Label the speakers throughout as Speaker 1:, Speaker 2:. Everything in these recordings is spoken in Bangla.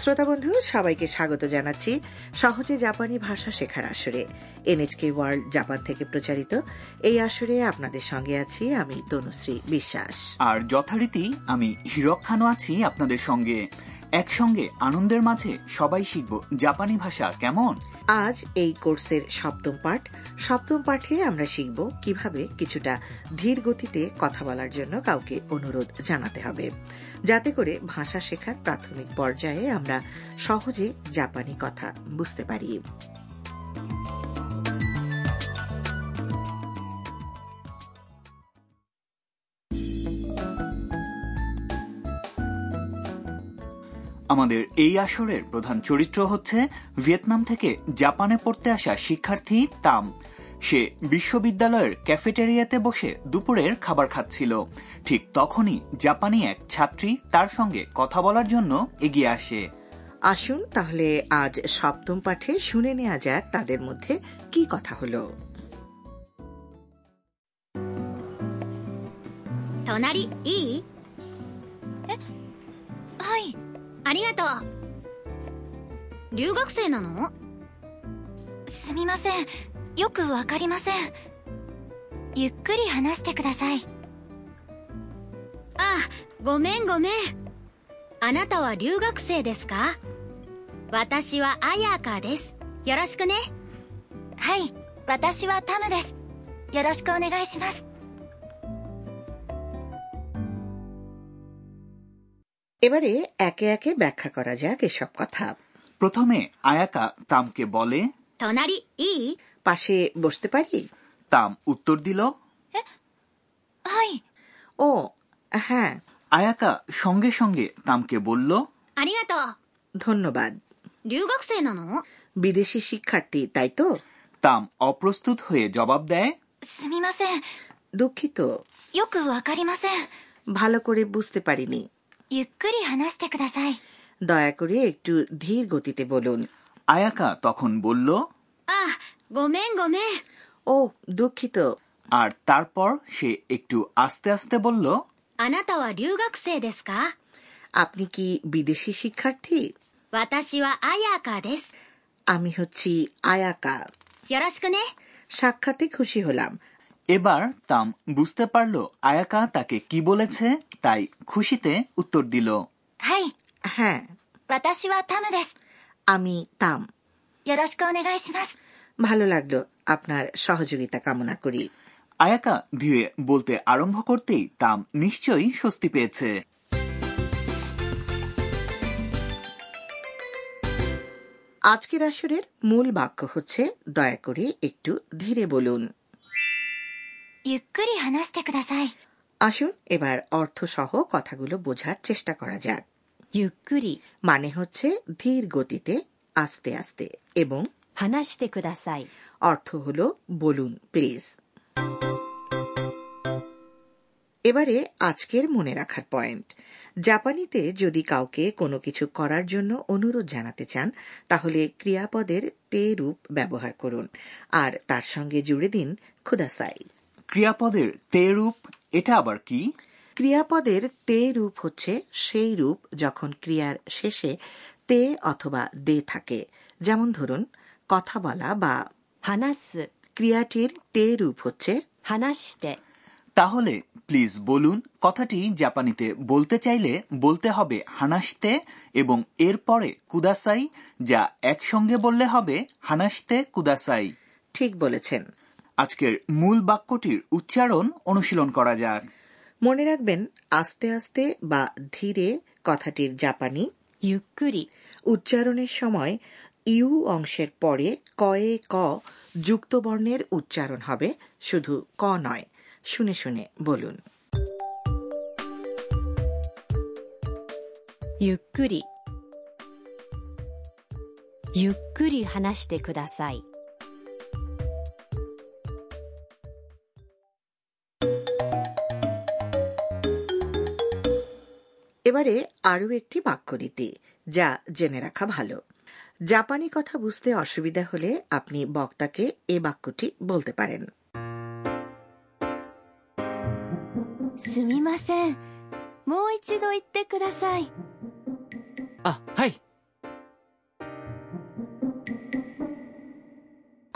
Speaker 1: শ্রোতা বন্ধু সবাইকে স্বাগত জানাচ্ছি সহজে জাপানি ভাষা শেখার আসরে এনএচকে ওয়ার্ল্ড জাপান থেকে প্রচারিত এই আসরে আপনাদের সঙ্গে আছি আমি তনুশ্রী বিশ্বাস
Speaker 2: আর যথারীতি আমি হিরক খানও আছি আপনাদের সঙ্গে একসঙ্গে আনন্দের মাঝে সবাই শিখব জাপানি ভাষা কেমন
Speaker 1: আজ এই কোর্সের সপ্তম পাঠ সপ্তম পাঠে আমরা শিখব কিভাবে কিছুটা ধীর গতিতে কথা বলার জন্য কাউকে অনুরোধ জানাতে হবে যাতে করে ভাষা শেখার প্রাথমিক পর্যায়ে আমরা সহজে জাপানি কথা বুঝতে পারি
Speaker 2: আমাদের এই আসরের প্রধান চরিত্র হচ্ছে ভিয়েতনাম থেকে জাপানে পড়তে আসা শিক্ষার্থী তাম সে বিশ্ববিদ্যালয়ের ক্যাফেটেরিয়াতে বসে দুপুরের খাবার খাচ্ছিল ঠিক তখনই জাপানি এক ছাত্রী তার সঙ্গে কথা বলার জন্য এগিয়ে আসে
Speaker 1: আসুন তাহলে আজ সপ্তম পাঠে শুনে নেওয়া যাক তাদের মধ্যে কি কথা হলো
Speaker 3: 隣いいえはいありがとう留学生なのすみませんよくわかりませんゆっくり話してくださいあごめんごめんあなたは留学生ですか私はアヤカですよろしくねはい私はタムですよろしくお願いします
Speaker 1: এবারে একে একে ব্যাখ্যা করা যাক এসব কথা
Speaker 2: প্রথমে আয়াকা তামকে বলে
Speaker 3: 隣いい
Speaker 1: পাশে বসতে পারি
Speaker 2: তাম উত্তর দিল
Speaker 3: はい。
Speaker 1: ও হ্যাঁ
Speaker 2: আয়াকা সঙ্গে সঙ্গে তামকে বলল
Speaker 3: ありがと
Speaker 1: ধন্যবাদ
Speaker 3: う。留学生なの
Speaker 1: বিদেশি শিক্ষার্থী তাই তো
Speaker 2: তাম অপ্রস্তুত হয়ে জবাব দেয়
Speaker 3: すみません。
Speaker 1: দুঃখিত
Speaker 3: よくわかりません。
Speaker 1: ভালো করে বুঝতে পারিনি
Speaker 3: ゆっくり話してください。
Speaker 1: দয়া করে একটু ধীর গতিতে বলুন
Speaker 2: আয়াকা তখন বলল
Speaker 3: あ、ごめんごめん。
Speaker 1: ও দুঃখিত
Speaker 2: আর তারপর সে একটু আস্তে আস্তে বলল
Speaker 3: あなたは留学生ですか
Speaker 1: আপনি কি বিদেশি শিক্ষার্থী
Speaker 3: 私はアヤカです。
Speaker 1: আমি হচ্ছি আয়াকা
Speaker 3: よろしくね。
Speaker 1: সাক্ষাতে খুশি হলাম
Speaker 2: এবার তাম বুঝতে পারল আয়াকা তাকে কি বলেছে তাই খুশিতে উত্তর দিল
Speaker 3: はい。
Speaker 1: হ্যাঁ
Speaker 3: 私はタムです。
Speaker 1: আমি তাম
Speaker 3: よろしくお願いします。
Speaker 1: ভালো লাগলো আপনার সহযোগিতা কামনা করি
Speaker 2: আয়াকা ধীরে বলতে আরম্ভ করতেই তাম নিশ্চয়ই স্বস্তি পেয়েছে
Speaker 1: আজকের আসরের মূল বাক্য হচ্ছে দয়া করে একটু ধীরে বলুন
Speaker 3: ゆっくり話してください。
Speaker 1: আসুন এবার অর্থসহ কথাগুলো বোঝার চেষ্টা করা যাক
Speaker 3: ゆっくり
Speaker 1: মানে হচ্ছে ধীর গতিতে আস্তে আস্তে এবং
Speaker 3: 話してください。
Speaker 1: অর্থ হল বলুন প্লিজ এবারে আজকের মনে রাখার পয়েন্ট জাপানিতে যদি কাউকে কোনো কিছু করার জন্য অনুরোধ জানাতে চান তাহলে ক্রিয়াপদের তে রূপ ব্যবহার করুন আর তার সঙ্গে জুড়ে দিন খুদাসাই
Speaker 2: ক্রিয়াপদের তে রূপ এটা আবার কি
Speaker 1: ক্রিয়াপদের তে রূপ হচ্ছে সেই রূপ যখন ক্রিয়ার শেষে তে অথবা দে থাকে যেমন ধরুন কথা বলা বা
Speaker 3: 話す、
Speaker 1: ক্রিয়াটির তে রূপ হচ্ছে
Speaker 3: 話して、
Speaker 2: তাহলে প্লিজ বলুন কথাটি জাপানিতে বলতে চাইলে বলতে হবে হানাসতে এবং এরপরে কুদাসাই যা একসঙ্গে বললে হবে হানাসতে কুদাসাই
Speaker 1: ঠিক বলেছেন
Speaker 2: আজকের মূল বাক্যটির উচ্চারণ অনুশীলন করা যাক
Speaker 1: মনে রাখবেন আস্তে আস্তে বা ধীরে কথাটির জাপানি
Speaker 3: ゆっくり、
Speaker 1: উচ্চারণের সময় ইউ অংশের পরে কয়ে ক যুক্ত বর্ণের উচ্চারণ হবে শুধু ক নয় শুনে শুনে বলুন
Speaker 3: ゆっくり。ゆっくり話してください。
Speaker 1: এবারে আরও একটি বাক্যরীতি যা জেনে রাখা ভালো জাপানি কথা বুঝতে অসুবিধা হলে আপনি বক্তাকে এ বাক্যটি বলতে পারেন
Speaker 3: すみません。もう一度言ってください。
Speaker 4: あ、はい。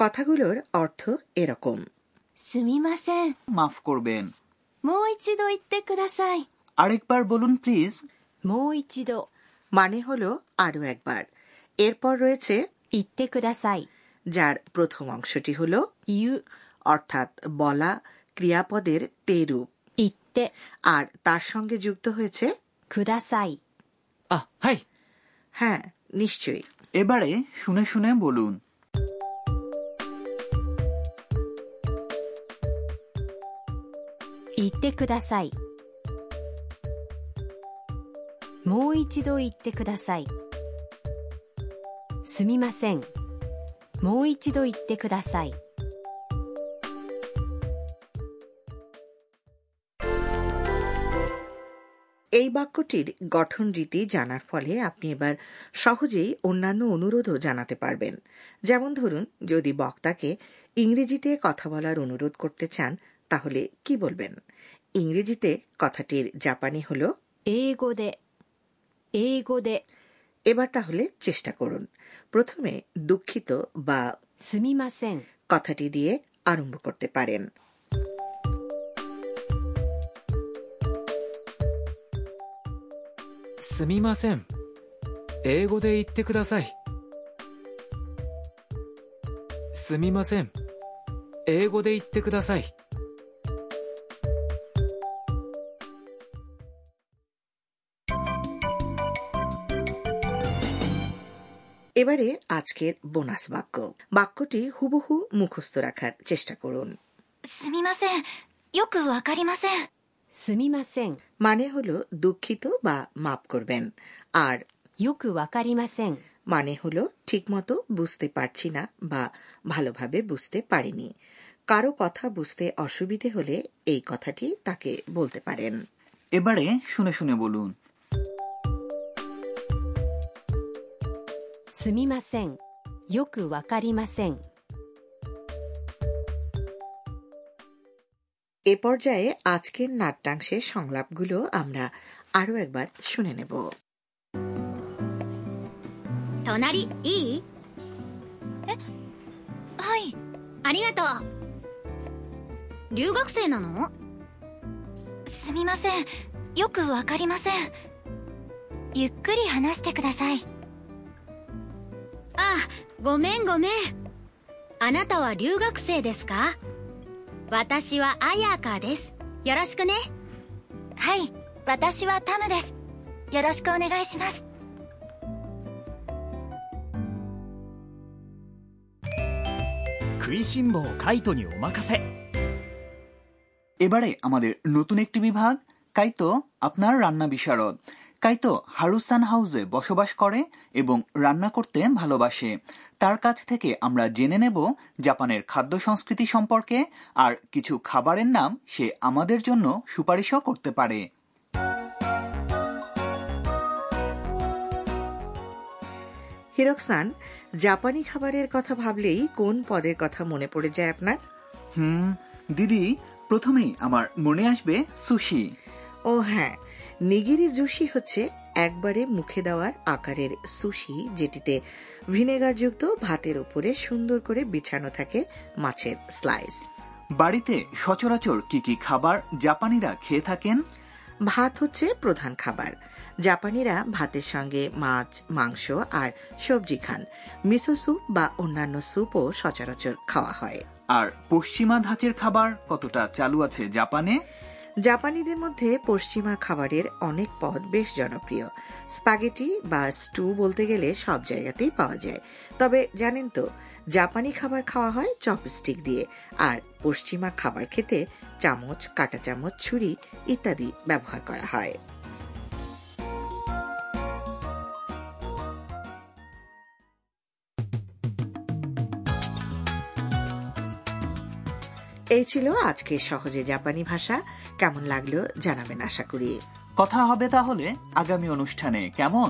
Speaker 1: কথাগুলোর অর্থ এরকম
Speaker 3: すみません。
Speaker 2: মাফ করবেন
Speaker 3: もう一度言ってください。
Speaker 2: আরেকবার বলুন প্লিজ
Speaker 3: もう一度
Speaker 1: মানে হলো আরও একবার এরপর রয়েছে
Speaker 3: 言ってください。
Speaker 1: যার প্রথম অংশটি হলো
Speaker 3: 言う
Speaker 1: অর্থাৎ বলা ক্রিয়াপদের তে রূপ
Speaker 3: 言って
Speaker 1: আর তার সঙ্গে যুক্ত হয়েছে
Speaker 3: ください。
Speaker 4: あ、はい。
Speaker 1: হ্যাঁ নিশ্চয়ই
Speaker 2: এবারে শুনে শুনে বলুন
Speaker 3: 言ってください。もう一度言ってください。すみません。もう一度言ってください。
Speaker 1: এই বাক্যটির গঠন রীতি জানার ফলে আপনি এবার সহজেই অন্যান্য অনুরোধও জানাতে পারবেন যেমন ধরুন যদি বক্তাকে ইংরেজিতে কথা বলার অনুরোধ করতে চান তাহলে কি বলবেন ইংরেজিতে কথাটির জাপানি হল
Speaker 3: 英語で、英語で、
Speaker 1: এবার তাহলে চেষ্টা করুন প্রথমে দুঃখিত বা
Speaker 3: すみません。
Speaker 1: কথাটি দিয়ে আরম্ভ করতে পারেন
Speaker 4: すみません。英語で言ってください。すみません。英語で言ってください。
Speaker 1: এবারে আজকের বোনাস বাক্য বাক্যটি হুবহু মুখস্থ রাখার চেষ্টা করুন
Speaker 5: すみません。よくわかりません。
Speaker 3: すみません。
Speaker 1: মানে হলো দুঃখিত বা মাপ করবেন আর
Speaker 3: よくわかりません。
Speaker 1: মানে হলো ঠিকমতো বুঝতে পারছি না বা ভালোভাবে বুঝতে পারিনি কারো কথা বুঝতে অসুবিধে হলে এই কথাটি তাকে বলতে পারেন
Speaker 2: এবারে শুনে শুনে বলুন
Speaker 3: すみません。よくわかりません。
Speaker 1: এ পর্যায়ে আজকের নাট্যাংশের সংলাপগুলো আমরা আরও একবার শুনে নেব
Speaker 3: 隣、いい
Speaker 5: はい。
Speaker 3: ありがとう。留学生なの
Speaker 5: すみません。よくわかりません。ゆっくり話してください。
Speaker 3: あ、ごめんごめん。あなたは留学生ですか私はアヤカです。よろしくね。
Speaker 5: はい。私はタムです。よろしくお願いします。
Speaker 6: 食いしん坊カイトにお任せ
Speaker 2: এবারে আমাদের নতুন একটি বিভাগ কাইতো আপনার রান্না বিশারদ কাইতো হারুসান হাউসে বসবাস করে এবং রান্না করতে ভালোবাসে তার কাছ থেকে আমরা জেনে নেব জাপানের খাদ্য সংস্কৃতি সম্পর্কে আর কিছু খাবারের নাম সে আমাদের জন্য সুপারিশও করতে পারে
Speaker 1: হিরকসান জাপানি খাবারের কথা ভাবলেই কোন পদের কথা মনে পড়ে যায় আপনার
Speaker 2: হুম দিদি প্রথমেই আমার মনে আসবে সুশি
Speaker 1: ও হ্যাঁ নিগিরি জুসি হচ্ছে একবারে মুখে দেওয়ার আকারের সুশি যেটিতে ভিনেগারযুক্ত ভাতের উপরে সুন্দর করে বিছানো থাকে মাছের স্লাইস
Speaker 2: বাড়িতে সচরাচর কি কি খাবার জাপানিরা খেয়ে থাকেন
Speaker 1: ভাত হচ্ছে প্রধান খাবার জাপানিরা ভাতের সঙ্গে মাছ মাংস আর সবজি খান মিসো স্যুপ বা অন্যান্য স্যুপও সচরাচর খাওয়া হয়
Speaker 2: আর পশ্চিমা ধাঁচের খাবার কতটা চালু আছে জাপানে
Speaker 1: জাপানিদের মধ্যে পশ্চিমা খাবারের অনেক পদ বেশ জনপ্রিয় স্পাগেটি বা স্টু বলতে গেলে সব জায়গাতেই পাওয়া যায় তবে জানেন তো জাপানি খাবার খাওয়া হয় চপস্টিক দিয়ে আর পশ্চিমা খাবার খেতে চামচ কাঁটা চামচ ছুরি ইত্যাদি ব্যবহার করা হয় এই ছিল আজকের সহজে জাপানি ভাষা কেমন লাগলো জানাবেন আশা করি
Speaker 2: কথা হবে তাহলে আগামী অনুষ্ঠানে কেমন